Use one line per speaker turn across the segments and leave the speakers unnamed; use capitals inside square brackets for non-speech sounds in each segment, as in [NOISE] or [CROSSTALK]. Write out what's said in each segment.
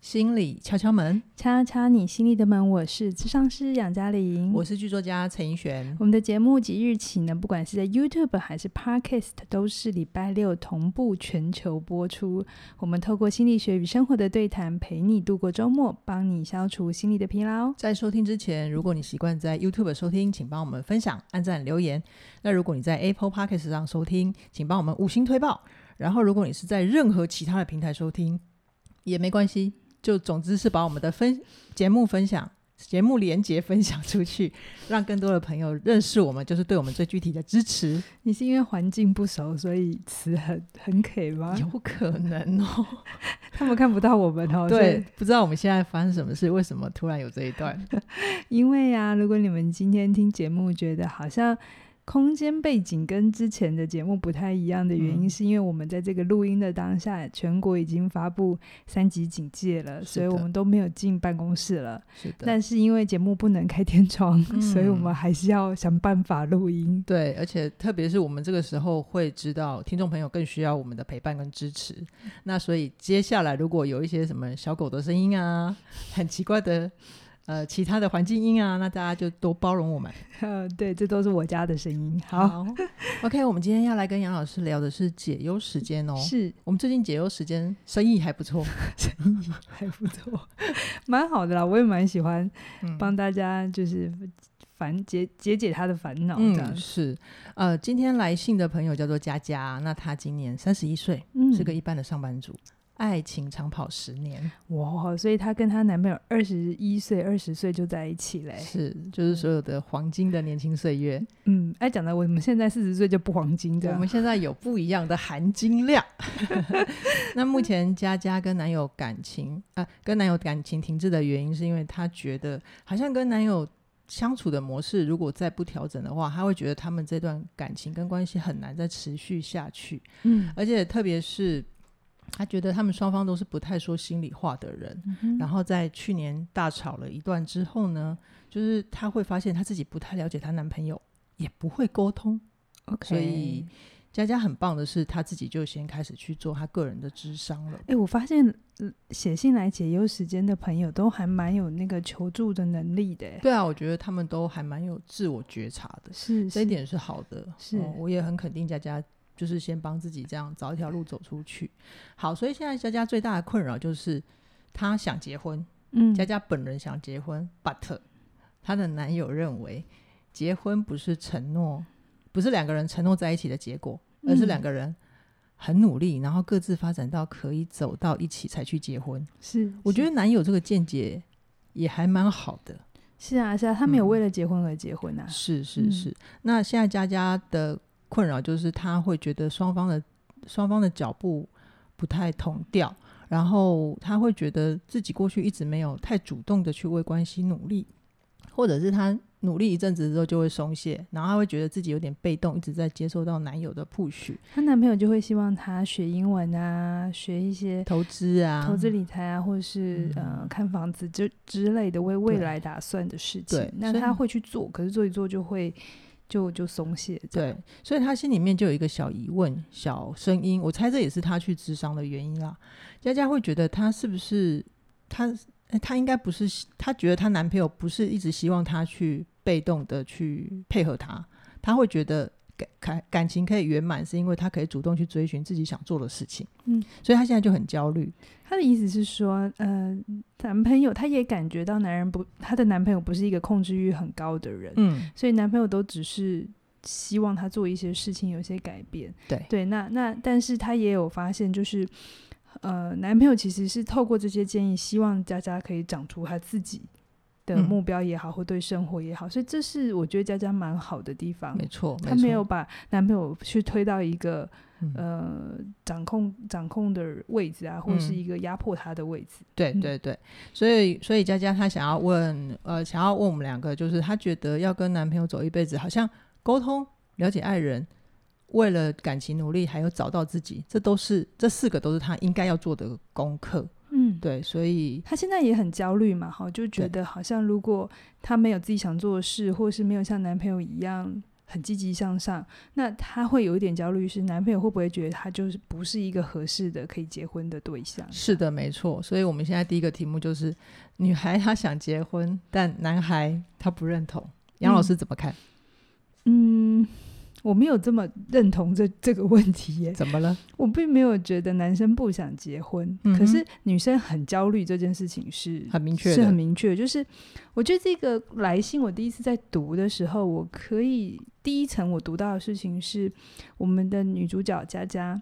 心理敲敲门，
敲敲你心里的门，我是智商师杨嘉玲。
我是剧作家陈怡璇。
我们的节目即日起呢，不管是在 YouTube 还是 Podcast，都是礼拜六同步全球播出。我们透过心理学与生活的对谈，陪你度过周末，帮你消除心理的疲劳。
在收听之前，如果你习惯在 YouTube 收听，请帮我们分享、按赞、留言。那如果你在 Apple Podcast 上收听，请帮我们五星推报。然后，如果你是在任何其他的平台收听，也没关系，就总之是把我们的分节目分享、节目连接分享出去，让更多的朋友认识我们，就是对我们最具体的支持。
你是因为环境不熟，所以词很很 K 吗？
有可能哦，
他们看不到我们哦。
对，，不知道我们现在发生什么事，为什么突然有这一段？
因为啊，如果你们今天听节目觉得好像空间背景跟之前的节目不太一样的原因，
嗯
是因为我们在这个录音的当下，全国已经发布三级警戒了，
是
所以
的
我们都没有进办公室了。
是的，
但是因为节目不能开天窗，
嗯
所以我们还是要想办法录音。
对，而且特别是我们这个时候会知道，听众朋友更需要我们的陪伴跟支持。
嗯
那所以接下来如果有一些什么小狗的声音啊，很奇怪的呃其他的环境音啊，那大家就多包容我们。
呃，对，这都是我家的声音。好，
，OK，我们今天要来跟杨老师聊的是解忧时间哦。
是
我们最近解忧时间生意还不错，
还不错，蛮好的啦，我也蛮喜欢
嗯
[LAUGHS] 帮大家就是烦解解解他的烦恼这样
嗯，。是，呃，今天来信的朋友叫做佳佳，那她今年三十一岁，
嗯
是个一般的上班族，爱情长跑十年，
哇，所以她跟她男朋友二十一岁、二十岁就在一起嘞。
是就是所有的黄金的年轻岁月。
哎嗯，啊哎，讲的我们现在四十岁就不黄金
我
的
们，现在有不一样的含金量。 [LAUGHS] 那目前佳佳跟男友感情啊、跟男友感情停滞的原因，是因为她觉得好像跟男友。相处的模式如果再不调整的话，她会觉得他们这段感情跟关系很难再持续下去。
嗯，
而且特别是他觉得他们双方都是不太说心里话的人。然
后
后在去年大吵了一段之后呢，就是她会发现她自己不太了解她男朋友，也不会沟通。
OK，
所以佳佳很棒的是，她自己就先开始去做她个人的智商了。
哎，我发现呃写信来解忧时间的朋友都还蛮有那个求助的能力的，
对啊，我觉得他们都还蛮有自我觉察的，
是
这一
是
点是好的。
是
哦我也很肯定佳佳。就是先帮自己这样找一条路走出去。好，所以现在佳佳最大的困扰就是她想结婚，
嗯
佳佳本人想结婚，but 她的男友认为结婚不是承诺，不是两个人承诺在一起的结果，而是
嗯
两个人很努力，然后各自发展到可以走到一起才去结婚。
是，
我觉
得
得男友这个见解也还蛮好的。
是啊是啊，他没有
嗯
为了结婚而结婚啊，
是是
嗯
是。那现在佳佳的困扰就是，她会觉得双方的双方的脚步不太同调，然后她会觉得自己过去一直没有太主动的去为关系努力，或者是她努力一阵子之后就会松懈，然后她会觉得自己有点被动，一直在接受到男友的 push，
她男朋友就会希望她学英文啊，学一些
投资啊，嗯
投资理财啊，或是、呃看房子之之类的，为未
对
来打算的事情
对。
那
所以
他会去做，可是做一做就会就就松懈。这
对
样，，
所以他心里面就有一个小疑问、小声音，我猜这也是他去智商的原因啦。佳佳会觉得他是不是他，呃他应该不是，她觉得她男朋友不是一直希望她去被动的去配合他，她会觉得感感感情可以圆满，是因为她可以主动去追寻自己想做的事情。
嗯，
所以她现在就很焦虑。
他的意思是说，呃，男朋友他也感觉到男人不，她的男朋友不是一个控制欲很高的人，
嗯，
所以男朋友都只是。希望他做一些事情，有一些改变。
对
对，那那，但是他也有发现，就是，呃，男朋友其实是透过这些建议，希望佳佳可以长出他自己的
嗯
目标也好，或对生活也好，所以这是我觉得佳佳蛮好的地方
没。错，
她
错
没有，把男朋友去推到一个
嗯、
呃掌控掌控的位置啊，或者是
嗯
一个压迫他的位置。
对
嗯
对对，所以所以佳佳她想要问，呃，想要问我们两个，就是她觉得要跟男朋友走一辈子，好像沟通、了解爱人，为了感情努力，还有找到自己，这都是这四个都是她应该要做的功课。
嗯，
对，所以
她现在也很焦虑嘛，哈，就觉
对
得好像如果她没有自己想做的事，或是没有像男朋友一样很积极向上，那她会有一点焦虑，是男朋友会不会觉得她就是不是一个合适的可以结婚的对象？
是的，没错。所以我们现在第一个题目就是，女孩她想结婚，但男孩他不认同。杨老师怎么看？
嗯，我没有这么认同这这个问题耶，
怎么了？
我并没有觉得男生不想结婚，
嗯哼
可是女生很焦虑这件事情是
很明确的
是很明确。就是我觉得这个来信，我第一次在读的时候，我可以第一层我读到的事情是，我们的女主角佳佳，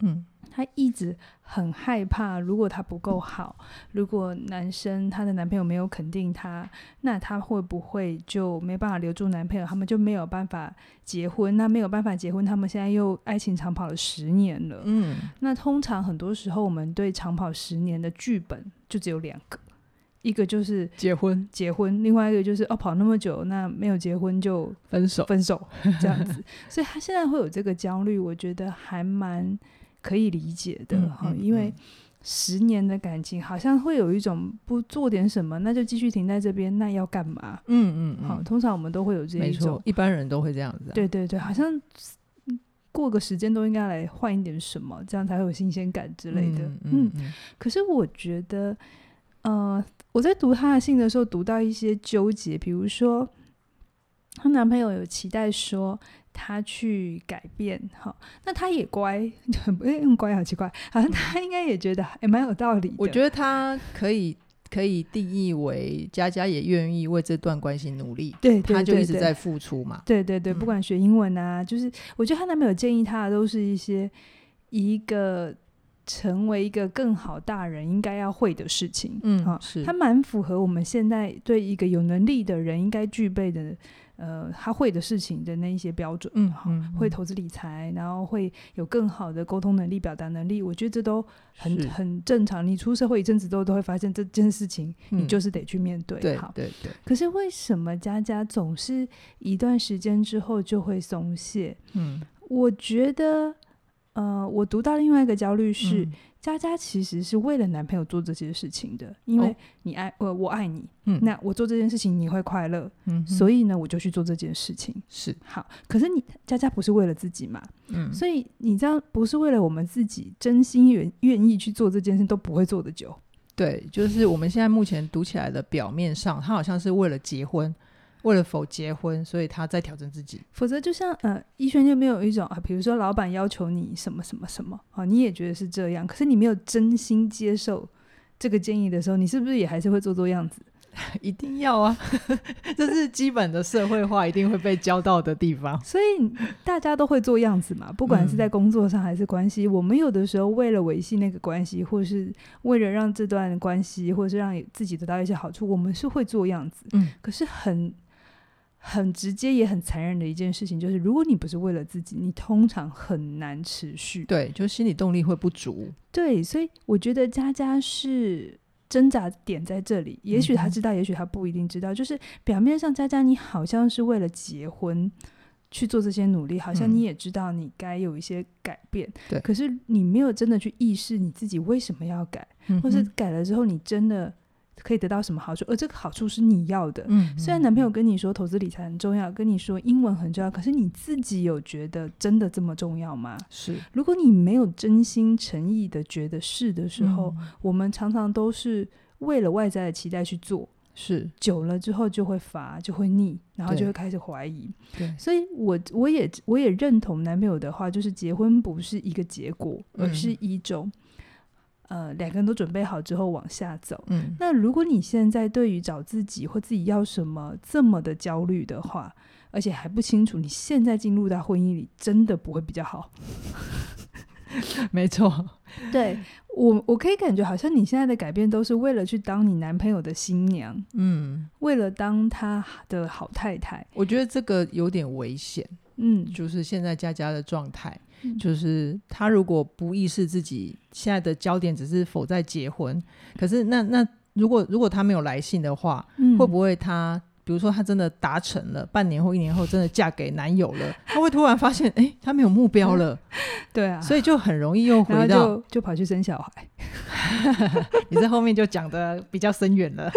嗯
她一直很害怕，如果她不够好，如果男生她的男朋友没有肯定她，那她会不会就没办法留住男朋友？他们就没有办法结婚，那没有办法结婚，他们现在又爱情长跑了十年了。
嗯，
那通常很多时候，我们对长跑十年的剧本就只有两个，一个就是
结婚
结婚，另外一个就是哦跑那么久，那没有结婚就
分手，
分手这
[LAUGHS]
样子。所以他现在会有这个焦虑，我觉得还蛮可以理解的
嗯
哈、
嗯
因为
嗯。
十年的感情好像会有一种不做点什么，那就继续停在这边，那要干嘛？
嗯嗯
好，
嗯，
通常我们都会有这
没
一种
错，，一般人都会这样子、啊。，
对对对，好像嗯过个时间都应该来换一点什么，这样才会有新鲜感之类的。
嗯嗯嗯
可是我觉得，呃，我在读她的信的时候，读到一些纠结，比如说，她男朋友有期待说她去改变，哈，那她也乖，很不很乖，好奇怪，好像她应该也觉得也蛮有道理的。
嗯我觉得他可以可以定义为佳佳也愿意为这段关系努力，
对，对
他就
对
一直
对
在付出嘛。
对对对，不
嗯
管学英文啊，就是我觉得她男朋友建议她的都是一些一个成为一个更好大人应该要会的事情。
嗯
啊，
是
他蛮符合我们现在对一个有能力的人应该具备的，呃，他会的事情的那一些标准。
嗯
好
嗯
会
嗯
投资理财，然后会有更好的沟通能力、表达能力，我觉得这都很
是
很正常。你出社会一阵子之后，都会发现这件事情，你
嗯
就是得去面对。
对
好，
对对，
可是为什么佳佳总是一段时间之后就会松懈？
嗯，
我觉得，呃，我读到另外一个焦虑是，
嗯
佳佳其实是为了男朋友做这些事情的，因为
哦
你爱呃我、我爱你，
嗯
那我做这件事情你会快乐，
嗯哼
所以呢，我就去做这件事情。
是
好，可是你佳佳不是为了自己嘛，
嗯
所以你这样不是为了我们自己，真心愿愿意去做这件事都不会做的久。
对，就是我们现在目前读起来的表面上，他好像是为了结婚，为了否结婚，所以他在挑战自己。 [LAUGHS]
否则，就像呃，医生就没有一种啊，比如说老板要求你什么什么什么啊，你也觉得是这样，可是你没有真心接受这个建议的时候，你是不是也还是会做做样子？
一定要啊， [LAUGHS] 这是基本的社会化一定会被教到的地方。
所以大家都会做样子嘛，不管是在工作上还是关系，我们有的时候为了维系那个关系，或是为了让这段关系，或是让自己得到一些好处，我们是会做样子。
嗯，
可是很很直接也很残忍的一件事情，就是如果你不是为了自己，你通常很难持续。
[LAUGHS] 对，就心理动力会不足。
对，所以我觉得佳佳是挣扎点在这里。也许
嗯
她
哼
知道，也许她不一定知道。就是表面上，佳佳你好像是为了结婚去做这些努力，好像
嗯
你也知道你该有一些改变，
对
可是你没有真的去意识你自己为什么要改，
嗯
或是
哼
改了之后你真的可以得到什么好处，而这个好处是你要的。
嗯
虽然男朋友跟你说投资理财很重要，跟你说英文很重要，可是你自己有觉得真的这么重要吗？
是
如果你没有真心诚意的觉得是的时候，
嗯
我们常常都是为了外在的期待去做，
是
久了之后就会乏，就会腻，然后
对
就会开始怀疑。
对，
所以我我也我也认同男朋友的话，就是结婚不是一个结果，
嗯
而是一种、呃两个人都准备好之后往下走。
[LAUGHS] 嗯
那如果你现在对于找自己或自己要什么这么的焦虑的话，而且还不清楚，你现在进入到婚姻里真的不会比较好。
没错， [LAUGHS]
对我，我可以感觉好像你现在的改变都是为了去当你男朋友的新娘，
嗯，
为了当他的好太太。
我觉得这个有点危险，
嗯，
就是现在佳佳的状态，
嗯
就是她如果不意识自己现在的焦点只是否在结婚，可是那那如果如果她没有来信的话，
嗯
会不会她比如说她真的达成了，半年或一年后真的嫁给男友了，她会突然发现，哎，她没有目标了，
对 [LAUGHS] 啊，
所以就很容易又
然后
回到
就就跑去生小
[LAUGHS]
孩。
你在后面就讲的比较深远了。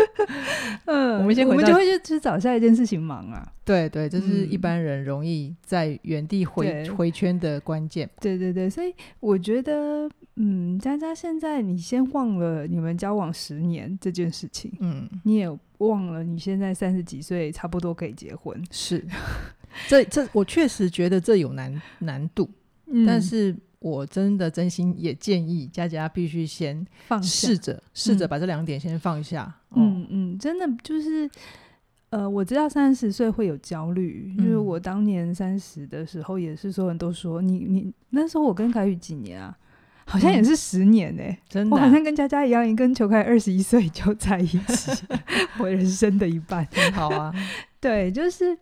嗯
我们先回
我们
到
就会去去找下一件事情忙啊。
对对，这是一
嗯
般人容易在原地回
对
回圈的关键。
对对对，所以我觉得，嗯，佳佳现在你先忘了你们交往十年这件事情，
[LAUGHS] 嗯，
你也忘了你现在三十几岁，差不多可以结婚。
是， [LAUGHS] 这这我确实觉得这有难难度，
嗯
但是我真的真心也建议佳佳必须先
放下
试着试着
嗯
把这两点先放下。哦，
嗯嗯，真的就是，呃，我知道三十岁会有焦虑，因为
嗯
我当年三十的时候，也是所有人都说你你那时候我跟凯宇几年啊，好像也
嗯
是十年呢、
真
我
的
好
啊、
像跟佳佳一样，跟裘凯二十一岁就在一起， [LAUGHS] 我人生的一半。
很好 [LAUGHS] 啊，
对，就是，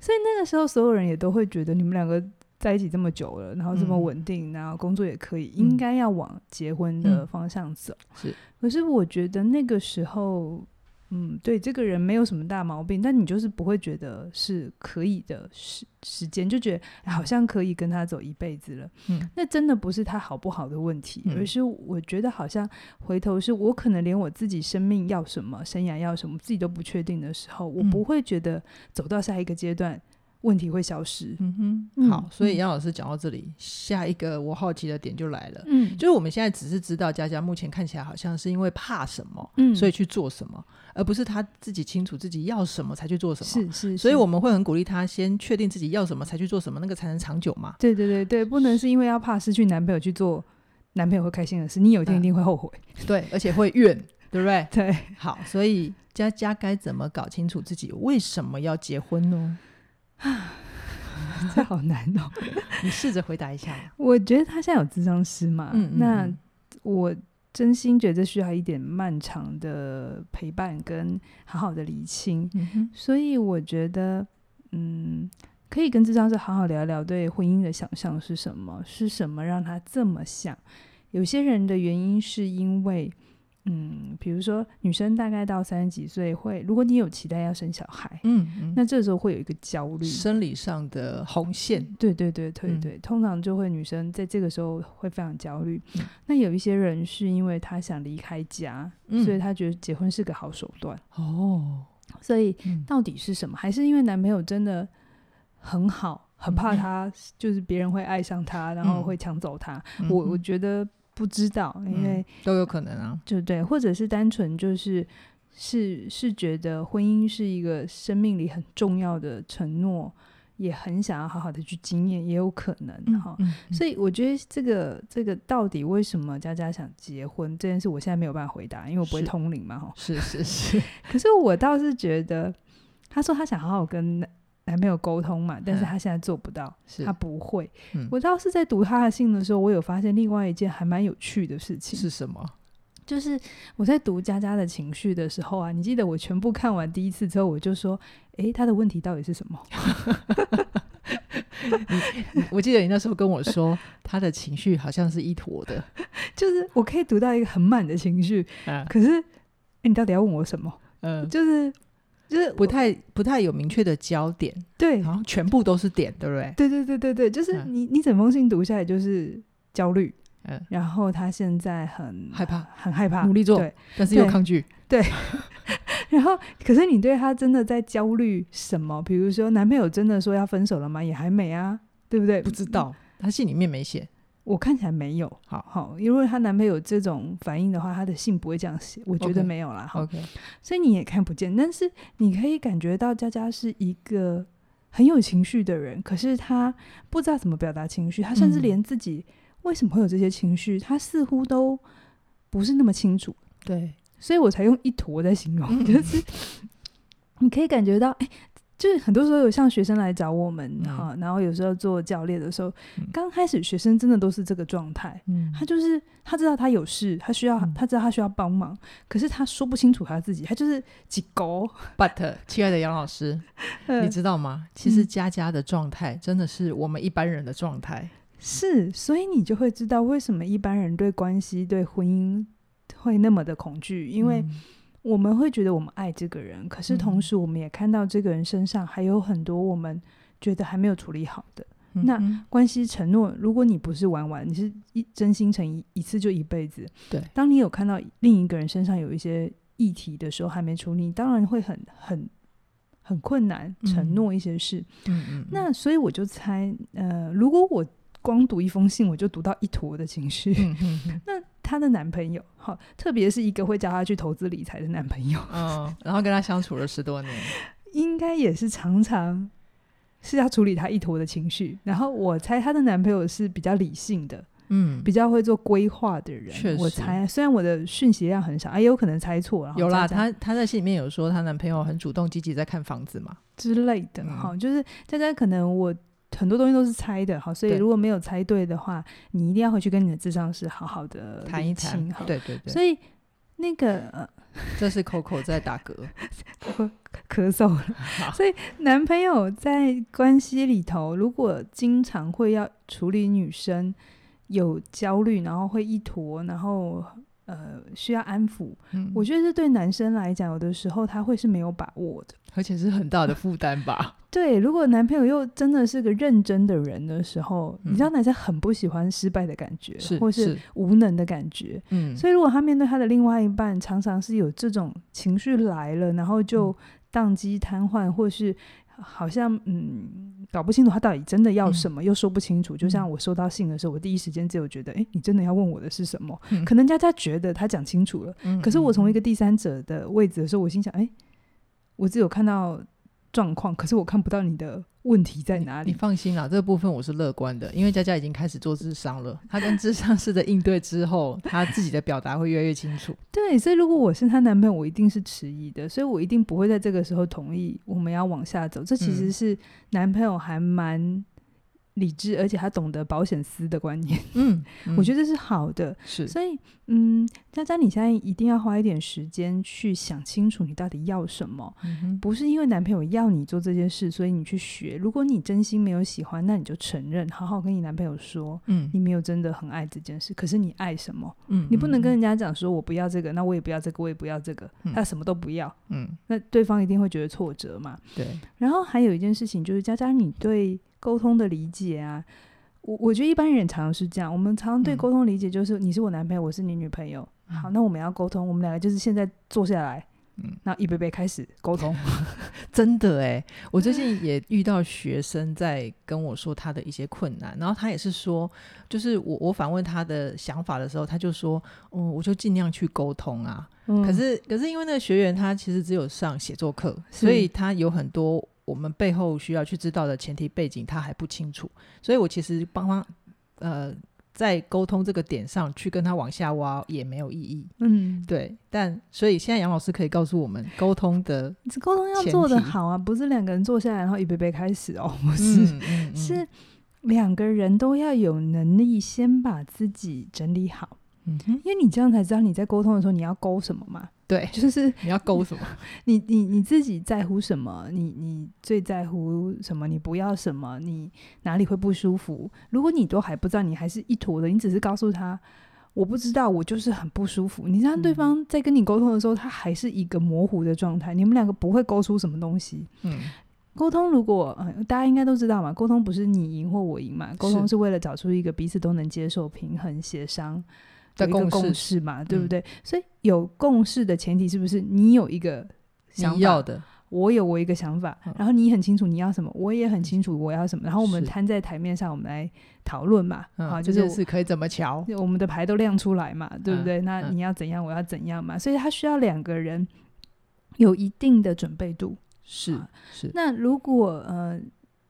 所以那个时候所有人也都会觉得你们两个在一起这么久了，然后这么
嗯
稳定，然后工作也可以，
嗯
应该要往结婚的
嗯
方向走。
是
可是我觉得那个时候，嗯，对这个人没有什么大毛病，但你就是不会觉得是可以的时时间，就觉得、哎好像可以跟他走一辈子了。
嗯
那真的不是他好不好的问题，
嗯
而是我觉得好像回头是我可能连我自己生命要什么、生涯要什么自己都不确定的时候，我
嗯
不会觉得走到下一个阶段问题会消失。
嗯哼，
嗯
好。所以
嗯
杨老师讲到这里，下一个我好奇的点就来了。
嗯
就是我们现在只是知道佳佳目前看起来好像是因为怕什么，
嗯
所以去做什么，而不是她自己清楚自己要什么才去做什么。
是是，
所以
是
我们会很鼓励她先确定自己要什么才去做什么，那个才能长久嘛。
对对对对，不能是因为要怕失去男朋友去做男朋友会开心的事，你有一天一定会后悔。
对， [LAUGHS] 而且会怨，对不对？
对，
[LAUGHS] 好，所以佳佳该怎么搞清楚自己为什么要结婚呢？
这好难哦。
你试着回答一 [LAUGHS] 下。
[LAUGHS] 我觉得他现在有智商师嘛，
嗯嗯
那
嗯
我真心觉得需要一点漫长的陪伴跟好好的理清，
嗯哼，
所以我觉得，嗯。可以跟智商师好好聊聊对婚姻的想象是什么，是什么让他这么想？有些人的原因是因为，嗯，比如说女生大概到三十几岁会，如果你有期待要生小孩，
嗯，
那这时候会有一个焦虑，
生理上的红线，
对对对对
嗯
对，通常就会女生在这个时候会非常焦虑。
嗯
那有一些人是因为她想离开家，
嗯
所以她觉得结婚是个好手段。
哦，
所以
嗯
到底是什么？还是因为男朋友真的很好，很怕
嗯
她就是别人会爱上她，然后会抢走她？
嗯
我我觉得不知道，因为、
嗯都有可能啊。
就对，或者是单纯就是。是是觉得婚姻是一个生命里很重要的承诺，也很想要好好的去经验，也有可能哈、
嗯，
所以我觉得这个这个到底为什么佳佳想结婚这件事，我现在没有办法回答，因为我不会
是
通灵嘛哈。
是是是，
可是我倒是觉得，她说她想好好跟男男朋友沟通嘛，但是
嗯
她现在做不到，
[LAUGHS] 是
她不会。
嗯
我倒是在读她的信的时候，我有发现另外一件还蛮有趣的事情，
是什么？ [LAUGHS]
就是我在读佳佳的情绪的时候啊，你记得我全部看完第一次之后，我就说，诶，她的问题到底是什么？ [LAUGHS]
我记得你那时候跟我说，他的情绪好像是一坨的。
就是我可以读到一个很满的情绪，
嗯
可是、诶你到底要问我什么？
嗯，
就是就是
不太不太有明确的焦点，
对
好像全部都是点，对不对？
对对对对对，就是
嗯
你你整封信读下来就是焦虑，
嗯，
然后他现在很
害怕
很害怕
努力做
对，
但是又
嗯对
抗拒。
然后可是你对他真的在焦虑什么？比如说男朋友真的说要分手了吗？也还没啊，对不对？嗯
不知，道，他信里面没写。
我看起来没有。
好
好，如果她男朋友有这种反应的话，她的信不会这样写，我觉
OK
得没有啦。好
OK，
所以你也看不见，但是你可以感觉到佳佳是一个很有情绪的人，可是她不知道怎么表达情绪，她甚至
嗯
连自己为什么会有这些情绪，她似乎都不是那么清楚，
对，
所以我才用一坨在形容， [LAUGHS]
[LAUGHS]
就是你可以感觉到，哎、就是很多时候有像学生来找我们
嗯
哈、然后有时候做教练的时候
嗯，
刚开始学生真的都是这个状态，
嗯
他就是他知道他有事，他需要
嗯
他知道他需要帮忙，可是他说不清楚他自己，他就是几勾。
But，亲爱的杨老师，你
呃
知道吗？其实
嗯
佳佳的状态真的是我们一般人的状态。
是，所以你就会知道为什么一般人对关系、对婚姻会那么的恐惧，因为
嗯
我们会觉得我们爱这个人，可是同时我们也看到这个人身上还有很多我们觉得还没有处理好的。那
嗯
关系承诺，如果你不是玩玩，你是一真心诚意一次就一辈子。
对
当你有看到另一个人身上有一些议题的时候还没处理，你当然会很很很困难
嗯
承诺一些事。
嗯嗯，嗯
那所以我就猜，呃，如果我光读一封信，我就读到一坨的情绪。
嗯嗯嗯
[LAUGHS] 那她的男朋友，好，特别是一个会教她去投资理财的男朋友， [LAUGHS]
嗯，然后跟他相处了十多年，
应该也是常常是要处理她一坨的情绪。然后我猜她的男朋友是比较理性的，
嗯，
比较会做规划的人。
确实
我猜，虽然我的讯息量很少，啊，也有可能猜错。然后
有啦，
再加
她她在信里面有说她男朋友很主动积极在看房子嘛，
之类的，
嗯
哈、就是大家可能我。很多东西都是猜的，好，所以
对
如果没有猜对的话，你一定要回去跟你的智商师好好的
谈一谈，
呃好，
对对对，
所以那个呃
[LAUGHS] 这是 Coco 在打嗝，
咳咳嗽了。 [LAUGHS] 所以男朋友在关系里头，如果经常会要处理女生有焦虑，然后会一坨，然后呃需要安抚，
嗯
我觉得这对男生来讲，有的时候他会是没有把握的。
而且是很大的负担吧，
对，如果男朋友又真的是个认真的人的时候，
嗯
你知道男生很不喜欢失败的感觉，
是
或是
是，
无能的感觉。
嗯，
所以，如果他面对他的另外一半，常常是有这种情绪来了，然后
嗯
就宕机瘫痪，或是好像嗯搞不清楚他到底真的要
嗯
什么，又说不清楚。就像我收到信的时候，我第一时间只有觉得，诶，你真的要问我的是什么？
嗯
可能大家觉得他讲清楚了，
嗯
可是我从一
个
个第三者的位置的时候，我心想，诶，哎我只有看到状况，可是我看不到你的问题在哪
嗯你
里。
放心啦，这个部分我是乐观的，因为佳佳已经开始做智商了，她跟智商师的应对之后，她自己的表达会越来越清楚。
对，所以如果我是她男朋友，我一定是迟疑的，所以我一定不会在这个时候同意我们要往下走。这其实
嗯
是男朋友还蛮理智，而且他懂得保险丝的观念，
[LAUGHS] 嗯，
我觉
得
得是好的。
是，
所以，嗯，佳佳，你现在一定要花一点时间去想清楚你到底要什么。
嗯哼
不是因为男朋友要你做这件事，所以你去学。如果你真心没有喜欢，那你就承认，好好跟你男朋友说，
嗯
你没有真的很爱这件事。可是你爱什么？
嗯
你不能跟人家讲说我不要这个，那我也不要这个，我也不要这个
嗯，
他什么都不要，
嗯
那对方一定会觉得挫折嘛。
对，
然后还有一件事情就是，佳佳，你对沟通的理解啊，我我觉得一般人常常是这样，我们常常
嗯
对沟通理解就是你是我男朋友，我是你女朋友，好，
嗯
那我们要沟通，我们两个就是现在坐下来，
嗯
然后一杯杯开始沟
[LAUGHS]
通。
[LAUGHS] 真的哎，我最近也遇到学生在跟我说他的一些困难，然后他也是说，就是我我反问他的想法的时候，他就说，嗯，我就尽量去沟通啊，
嗯
可是可是因为那个学员他其实只有上写作课，
是
所以他有很多我们背后需要去知道的前提背景他还不清楚，所以我其实帮他呃在沟通这个点上去跟他往下挖也没有意义。
嗯，
对，但所以现在杨老师可以告诉我们沟通的，
这沟通要
前
做得
提
好啊，不是两个人坐下来然后一杯杯开始哦， [LAUGHS] 不是，
嗯嗯嗯
是两个人都要有能力先把自己整理好，
嗯哼
因为你这样才知道你在沟通的时候你要勾什么嘛， [LAUGHS]
对，
就是
你要勾什
[LAUGHS]
么？
你你你自己在乎什么，你你最在乎什么，你不要什么，你哪里会不舒服？如果你都还不知道，你还是一坨的，你只是告诉他。我不知道，我就是很不舒服。你让对
嗯
方在跟你沟通的时候，他还是一个模糊的状态，你们两个不会勾出什么东西。
嗯，
沟通如果、呃、大家应该都知道嘛，沟通不是你赢或我赢嘛，沟通是为了找出一个彼此都能接受、平衡、协商
的
有一
共
个
识嗯
共识嘛，对不对？所以有共识的前提是不是你有一个想
你
法，
要的，
我有我一个想法，
嗯
然后你很清楚你要什么，我也很清楚我要什么，然后我们
是
摊在台面上，我们来讨论嘛，啊
嗯，
好，就
这
是
件事可以怎么瞧？
我们的牌都亮出来嘛，对不对？那
嗯
你要怎样，我要怎样嘛，所以他需要两个人有一定的准备度。
是
好
是，
那如果呃，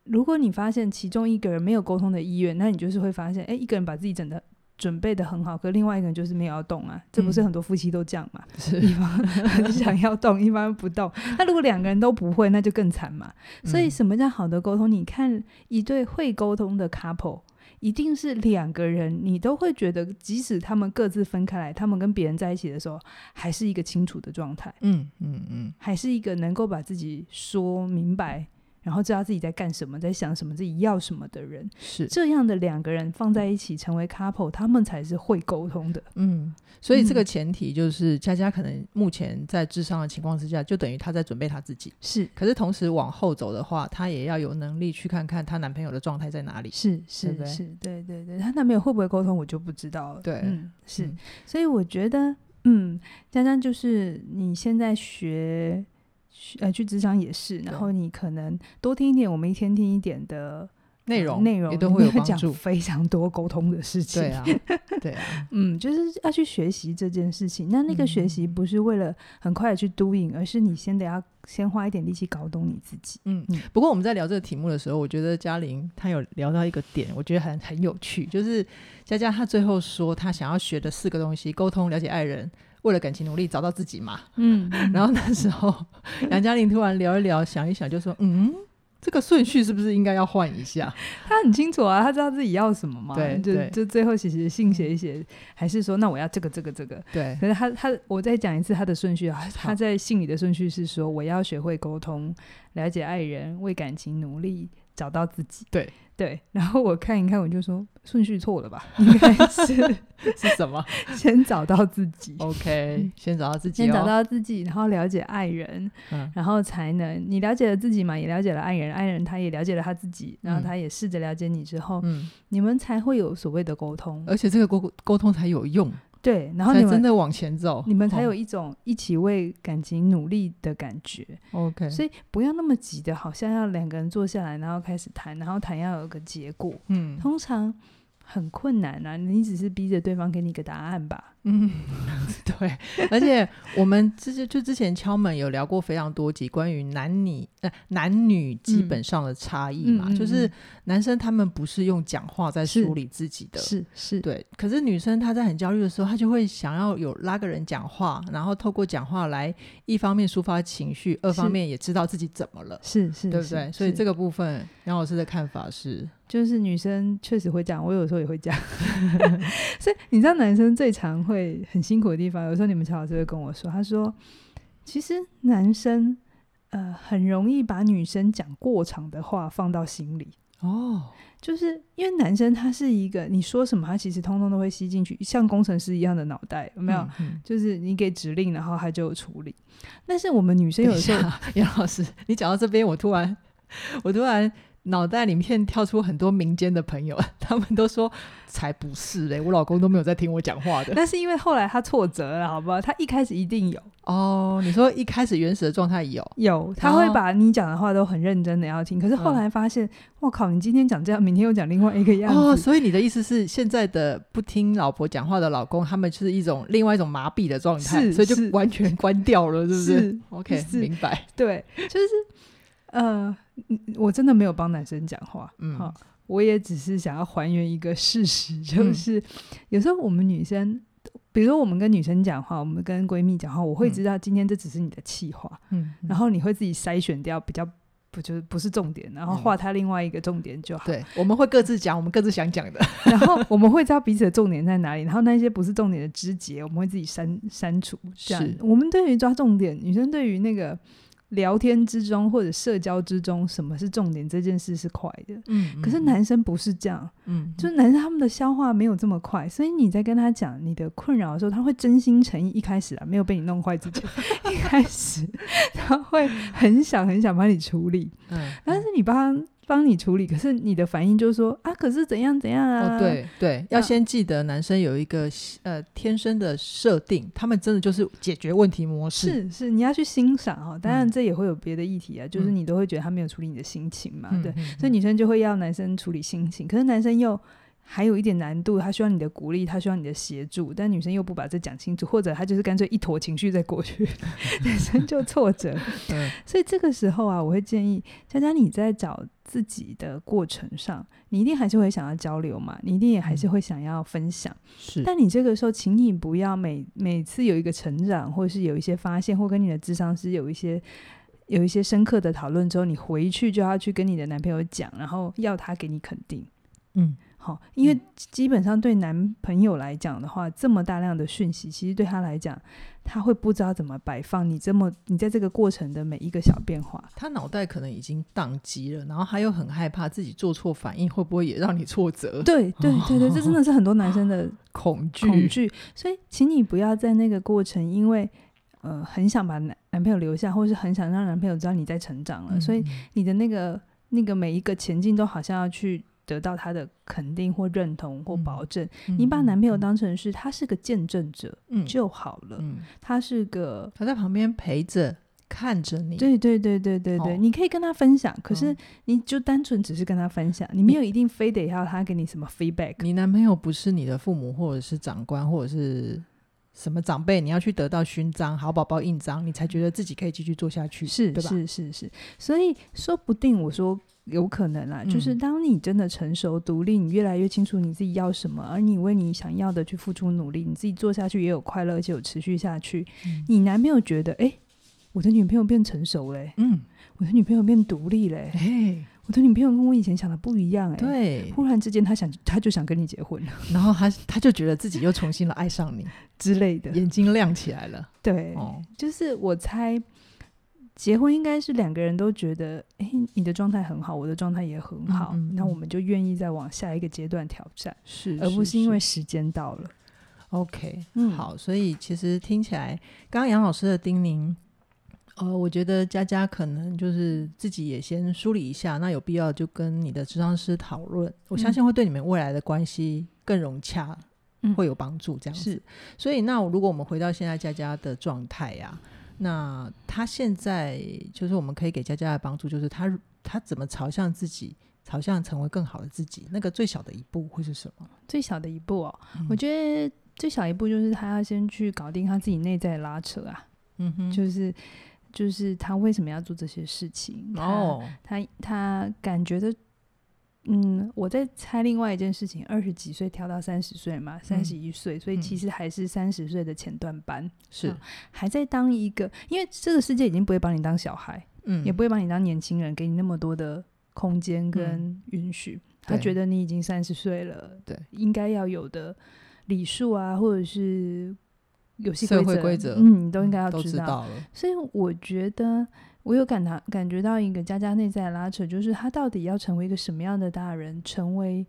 如果你发现其中一个人没有沟通的意愿，那你就是会发现，哎，一个人把自己整的准备的很好，可另外一个人就是没有要动啊。这不是
嗯
很多夫妻都这样嘛？ [LAUGHS]
是
一方很想要动，一方不动。那如果两个人都不会，那就更惨嘛。所以
嗯
什么叫好的沟通？你看一对会沟通的 couple。一定是两个人，你都会觉得，即使他们各自分开来，他们跟别人在一起的时候，还是一个清楚的状态。
嗯嗯嗯
还是一个能够把自己说明白，然后知道自己在干什么，在想什么，自己要什么的人。
是，
这样的两个人放在一起成为 couple，他们才是会沟通的。
嗯，所以这个
嗯
前提就是佳佳可能目前在智商的情况之下，就等于她在准备她自己。
是
可是同时往后走的话，她也要有能力去看看她男朋友的状态在哪里。
是
对不对
是是，对对对，她男朋友会不会沟通，我就不知道了。
对
嗯，是，
嗯
所以我觉得，嗯，佳佳就是你现在学。学呃，去职场也是，然后你可能多听一点，我们一天听一点的
内
呃
容
内容
也都会有
你
帮
[LAUGHS] 讲
助。
非常多沟通的事情。
对啊，对啊，
嗯，就是要去学习这件事情。那那个学
嗯
习不是为了很快的去 doing，、而是你先得要先花一点力气搞懂你自己。
嗯
嗯。
不过我们在聊这个题目的时候，我觉得嘉玲她有聊到一个点，我觉得很很有趣，就是佳佳她最后说她想要学的四个东西：沟通、了解爱人、为了感情努力、找到自己嘛。
嗯， [LAUGHS]
然后那时候杨嘉玲突然聊一聊，想一想就说：“嗯，这个顺序是不是应该要换一下
他很清楚啊，他知道自己要什么嘛。
对
就
对
就最后写写信写一写，还是说那我要这个这个这个。？”
对，
可是他他，我再讲一次他的顺序啊，
好
他在信里的顺序是说我要学会沟通，了解爱人，为感情努力，找到自己。
对
对，然后我看一看，我就说顺序错了吧，应该是 [LAUGHS]
是什么
先找到自
[LAUGHS]
己。
？OK，先找到自己、哦，
嗯先找到自己，然后了解爱人，
嗯
然后才能你了解了自己嘛，也了解了爱人，爱人他也了解了他自己，然后
嗯
他也试着了解你之后，
嗯，
你们才会有所谓的沟通。
而且这个沟沟通才有用，
对，然后
呃才
你
真
们
的往前走，
你们才有
哦
一种一起为感情努力的感觉。
哦 OK，
所以不要那么急的，好像要两个人坐下来，然后开始谈，然后谈要有个结果，
嗯
通常很困难啊。你只是逼着对方给你个答案吧。
嗯，对，而且我们之前就之前敲门有聊过非常多集关于男女呃男女基本上的差异嘛，
嗯嗯嗯嗯
就是男生他们不是用讲话在
是
梳理自己的，
是是，
对，可是女生她在很焦虑的时候，她就会想要有拉个人讲话，然后透过讲话来一方面抒发情绪，二方
是
面也知道自己怎么了，
是是，
对不对？所以
是
这个部分，杨老师的看法是，
就是女生确实会讲，我有时候也会讲。 [LAUGHS] 所以你知道，男生最常会很辛苦的地方，有时候你们乔老师会跟我说，他说，其实男生呃很容易把女生讲过场的话放到心里。
哦，
就是因为男生他是一个你说什么，他其实通通都会吸进去，像工程师一样的脑袋，有没有？
嗯？
就是你给指令，然后他就有处理。但是我们女生
等
有
一
时 [LAUGHS] 候，
下，杨老师，你讲到这边，我突然，我突然脑袋里面跳出很多民间的朋友， [LAUGHS] 他们都说才不是嘞，我老公都没有在听我讲话的。
那是因为后来他挫折了，好不好？他一开始一定有，
哦，你说一开始原始的状态有，
有，他
然
会
后
把你讲的话都很认真的要听，可是后
嗯
来发现，我、靠，你今天讲这样，明天又讲另外一个样
哦，
子。
所以你的意思是，现在的不听老婆讲话的老公，他们就是一种另外一种麻痹的状态，
是
所以就是完全关掉了，是不是
是
o k
是
明白。
对，就是呃，嗯我真的没有帮男生讲话，
嗯
好、我也只是想要还原一个事实，
嗯
就是、有时候我们女生。比如说，我们跟女生讲话，我们跟闺蜜讲话，我会
嗯
知道今天这只是你的气话，
嗯，
然后你会自己筛选掉比较不就是不是重点，然后
嗯
画它另外一个重点就好。
对，我们会各自讲我们各自想讲的。
然后我们会知道彼此的重点在哪里，然后那些不是重点的枝节，我们会自己删删除。这样
是，
我们对于抓重点，女生对于那个聊天之中或者社交之中，什么是重点这件事是快的。
嗯
可是，男生不是这样，
嗯，
就是男生他们的消化没有这么快，所以你在跟他讲你的困扰的时候，他会真心诚意。一开始啊，没有被你弄坏之前， [LAUGHS] 一开始他会很想很想帮你处理，
嗯，
但是你帮他帮你处理，可是你的反应就是说啊，可是怎样怎样啊，
哦，对对，要
那
先记得男生有一个呃天生的设定，他们真的就是解决问题模式。
是是，你要去欣赏哈、当然，
嗯
这也会有别的议题啊，就是
嗯
你都会觉得他没有处理你的心情嘛，
嗯，
对。
嗯
所以女生就会要男生处理心情，可是男生又还有一点难度，他需要你的鼓励，他需要你的协助，但女生又不把这讲清楚，或者他就是干脆一坨情绪再过去， [LAUGHS] 男生就挫折。
嗯
所以这个时候啊，我会建议佳佳你在找自己的过程上，你一定还是会想要交流嘛，你一定也还是
嗯
会想要分享。
是，
但你这个时候，请你不要每每次有一个成长，或是有一些发现，或跟你的智商师有一些有一些深刻的讨论之后，你回去就要去跟你的男朋友讲，然后要他给你肯定。
嗯
好，因为
嗯
基本上对男朋友来讲的话，这么大量的讯息，其实对他来讲，他会不知道怎么摆放你这么你在这个过程的每一个小变化。
他脑袋可能已经宕机了，然后他又很害怕自己做错反应会不会也让你挫折，
对对对对，这真的是很多男生的
恐惧，
恐惧。所以，请你不要在那个过程，因为呃很想把男男朋友留下，或是很想让男朋友知道你在成长了，
嗯
所以
嗯
你的那个那个每一个前进都好像要去得到他的肯定或认同或保证。你把男朋友当成是他是个见证者
嗯
就好了，
嗯，
他是个。
他在旁边陪着看着你，
对对对对对对，
哦
你可以跟他分享，可是
嗯
你就单纯只是跟他分享，你没有一定非得要他给你什么 feedback。
你男朋友不是你的父母或者是长官或者是什么长辈，你要去得到勋章、好宝宝印章，你才觉得自己可以继续做下去，
是
对吧？
是是是，所以说不定我说有可能啦，就是
嗯
当你真的成熟独立，你越来越清楚你自己要什么，而你为你想要的去付出努力，你自己做下去也有快乐，而且有持续下去，
嗯
你男朋友觉得哎。诶我的女朋友变成熟嘞、
嗯，
我的女朋友变独立嘞、
哎、
我的女朋友跟我以前想的不一样哎、
对，
忽然之间她想，她就想跟你结婚了
[LAUGHS] 然后他他就觉得自己又重新了爱上你，
之类的。
眼睛亮起来了，
对，
哦，
就是我猜，结婚应该是两个人都觉得，诶，你的状态很好，我的状态也很好，
嗯嗯
那
嗯
我们就愿意再往下一个阶段挑战，
是，
而不是因为时间到了。
OK，
嗯
好，所以其实听起来，刚刚杨老师的叮咛，呃，我觉得佳佳可能就是自己也先梳理一下，那有必要就跟你的智商师讨论，我相
嗯
信会对你们未来的关系更融洽，
嗯
会有帮助。这样子，
是
所以那如果我们回到现在佳佳的状态呀、那她现在就是我们可以给佳佳的帮助，就是她她怎么朝向自己，朝向成为更好的自己，那个最小的一步会是什么？
最小的一步哦，
嗯
我觉得最小一步就是他要先去搞定他自己内在的拉扯啊，
嗯哼，
就是就是他为什么要做这些事情，他
哦，
他他感觉的，嗯，我在猜另外一件事情，二十几岁跳到三十岁嘛，三十一岁，所以其
嗯
实还是三十岁的前段班，
是，
还在当一个，因为这个世界已经不会把你当小孩，
嗯
也不会把你当年轻人，给你那么多的空间跟允许。他
嗯对
觉得你已经三十岁了，
对，
应该要有的礼数啊，或者是游戏
社会
规则，
规则
嗯，你都应该要
都
知
知
道。
道了。
所以我觉得，我有感到感觉到一个佳佳内在的拉扯，就是他到底要成为一个什么样的大人，成为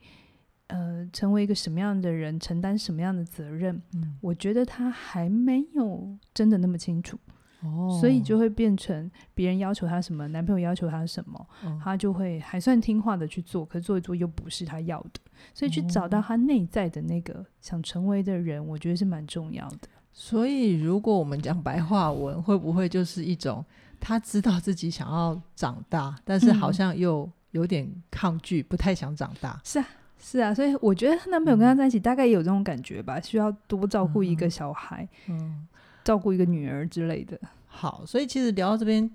呃成为一个什么样的人，承担什么样的责任。
嗯，
我觉得他还没有真的那么清楚，
哦
所以就会变成别人要求他什么，男朋友要求他什么，
嗯
他就会还算听话的去做，可是做一做又不是他要的，所以去找到他内在的那个想成为的人，我觉得是蛮重要的。
所以如果我们讲白话文，会不会就是一种他知道自己想要长大，但是好
嗯
像又有点抗拒，不太想长大。
是啊，是啊，所以我觉得她男朋友
嗯
跟她在一起，大概也有这种感觉吧，需要多照顾一个小孩，
嗯，
照顾一个女儿之类的。
好，所以其实聊到这边。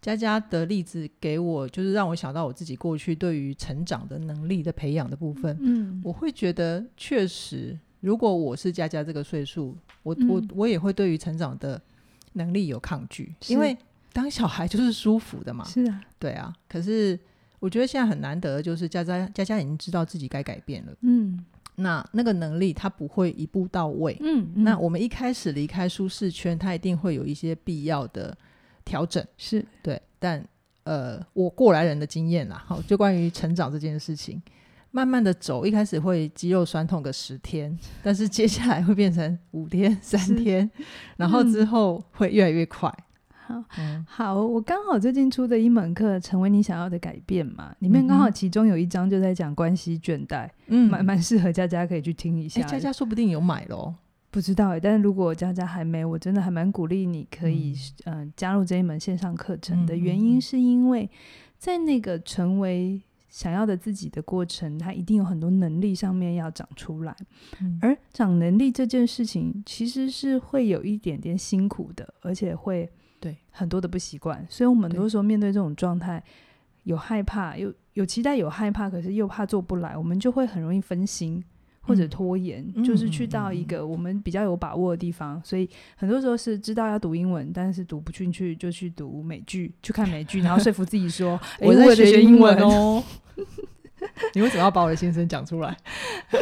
佳佳的例子给我，就是让我想到我自己过去对于成长的能力的培养的部分。
嗯，
我会觉得，确实，如果我是佳佳这个岁数，我、我
嗯
我也会对于成长的能力有抗拒，
是
因为当小孩就是舒服的嘛，
是啊，
对啊。可是我觉得现在很难得，就是佳佳佳佳已经知道自己该改变了，
嗯
那那个能力她不会一步到位。
嗯，
那
嗯
我们一开始离开舒适圈，她一定会有一些必要的调整，
是
对，但呃，我过来人的经验啦，好，就关于成长这件事情，慢慢的走，一开始会肌肉酸痛个十天，但是接下来会变成五天、三
是
天，然后之后会越来越快。
好。
嗯，
好，我刚好最近出的一门课《成为你想要的改变》嘛，里面刚
嗯
好
哼
其中有一章就在讲关系倦怠，
嗯
蛮蛮适合佳佳可以去听一
哎，
下的。
佳佳说不定有买咯。
不知道哎，但是如果佳佳还没，我真的还蛮鼓励你可以嗯、呃加入这一门线上课程的
嗯嗯
原因，是因为在那个成为想要的自己的过程，它一定有很多能力上面要长出来，
嗯
而长能力这件事情其实是会有一点点辛苦的，而且会
对
很多的不习惯，所以我们很
对
多时候面对这种状态，有害怕，有有期待，有害怕，可是又怕做不来，我们就会很容易分心或者
嗯
拖延，
嗯
就是
嗯
去到一
嗯
个我们比较有把握的地方。所以很多时候是知道要读英文，但是读不进去就去读美剧，去看美剧，然后说服自己
[LAUGHS]
说诶
我在
了哎学
英
文。哦
哦。你为什么要把我的心声讲出来？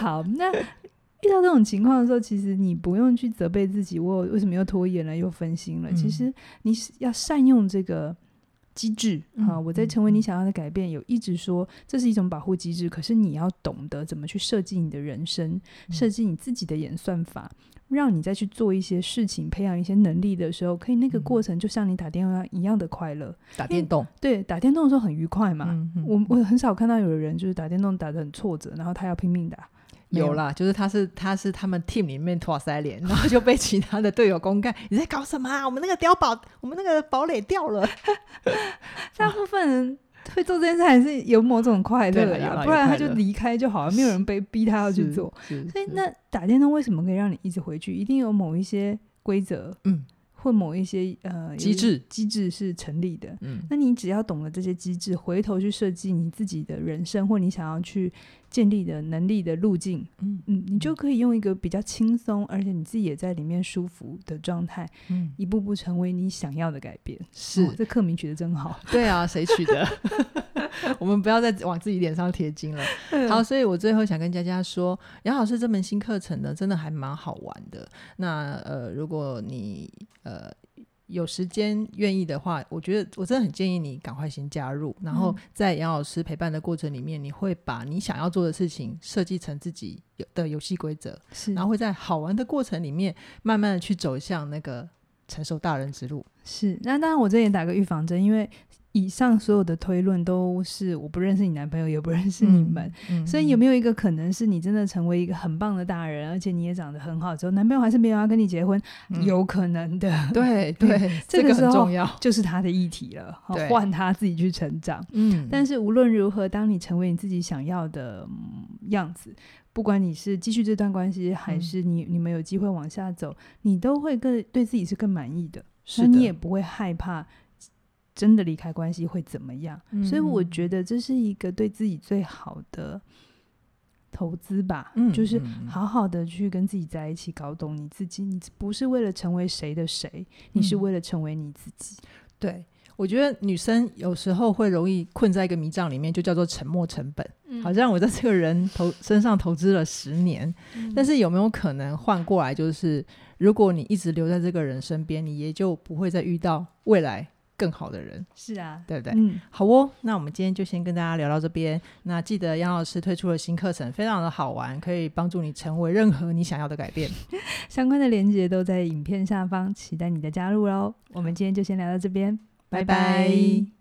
好，那遇到这种情况的时候，其实你不用去责备自己，我为什么又拖延了，又分心了。
嗯
其实你是要善用这个机制
嗯
啊。我在
嗯
成为你
嗯
想要的改变，有一直说这是一种保护机制，可是你要懂得怎么去设计你的人生，
嗯
设计你自己的演算法。让你再去做一些事情，培养一些能力的时候，可以那个
嗯
过程就像你打电话一样的快乐。
打电动
对，打电动的时候很愉快嘛。
嗯嗯
我我很少看到有人就是打电动打得很挫折，然后他要拼命打。没
有啦，就是他是他是他们 team 里面托腮脸，然后就被其他的队友公干，你在搞什么啊？我们那个碉堡，我们那个堡垒掉了。
大部分人会做这件事还是有某种快
对啊
乐
啦有
呀，
啦
不然
有
他
快
就
乐
离开就好了，没有人被逼他要去做。
是，是
所以
是
那打电动为什么可以让你一直回去？一定有某一些规则，
嗯，
或某一些呃有
机制
机制是成立的。
嗯
那你只要懂了这些机制，回头去设计你自己的人生或你想要去建立的能力的路径，
嗯
嗯，你就可以用一个比较轻松，而且你自己也在里面舒服的状态，
嗯，
一步步成为你想要的改变。
是
哦这课名取得真好。
对啊，谁取的？ [LAUGHS] 我们不要再往自己脸上贴 [LAUGHS] 金了。好，所以我最后想跟佳佳说，杨老师这门新课程呢，真的还蛮好玩的。那呃，如果你呃。有时间愿意的话，我觉得我真的很建议你赶快先加入。然后
嗯
在杨老师陪伴的过程里面，你会把你想要做的事情设计成自己有的游戏规则，
[LAUGHS] 是，
然后会在好玩的过程里面，慢慢的去走向那个成熟大人之路。
是，那当然我这里也打个预防针，因为以上所有的推论都是我不认识你男朋友，也不认识你们。
嗯，嗯
所以有没有一个可能是你真的成为一个很棒的大人，而且你也长得很好之后，男朋友还是没有要跟你结婚，
嗯
有可能的，
[LAUGHS] 对对，这
这个
个
时
很
候
重要。
就是他的议题了，好
对
换他自己去成长。
嗯
但是无论如何，当你成为你自己想要的、嗯样子，不管你是继续这段关系，还
嗯
是你你们有机会往下走，你都会更对自己是更满意的。
是
那
的
你也不会害怕真的离开关系会怎么样。所以我
嗯
觉得这是一个对自己最好的投资吧，
嗯
就是
嗯嗯
好好的去跟自己在一起，搞懂你自己。你不是为了成为谁的谁，你是
嗯
为了成为你自己。
对，我觉得女生有时候会容易困在一个迷障里面，就叫做沉没成本。
嗯
好像我在这个人投身上投资了十年，
嗯
但是有没有可能换过来，就是如果你一直留在这个人身边，你也就不会再遇到未来更好的人，
是啊，
对不对？
嗯，
好哦，那我们今天就先跟大家聊到这边。那记得杨老师推出了新课程，非常的好玩，可以帮助你成为任何你想要的改变。
相关的连接都在影片下方，期待你的加入喽！我们今天就先聊到这边，拜
拜拜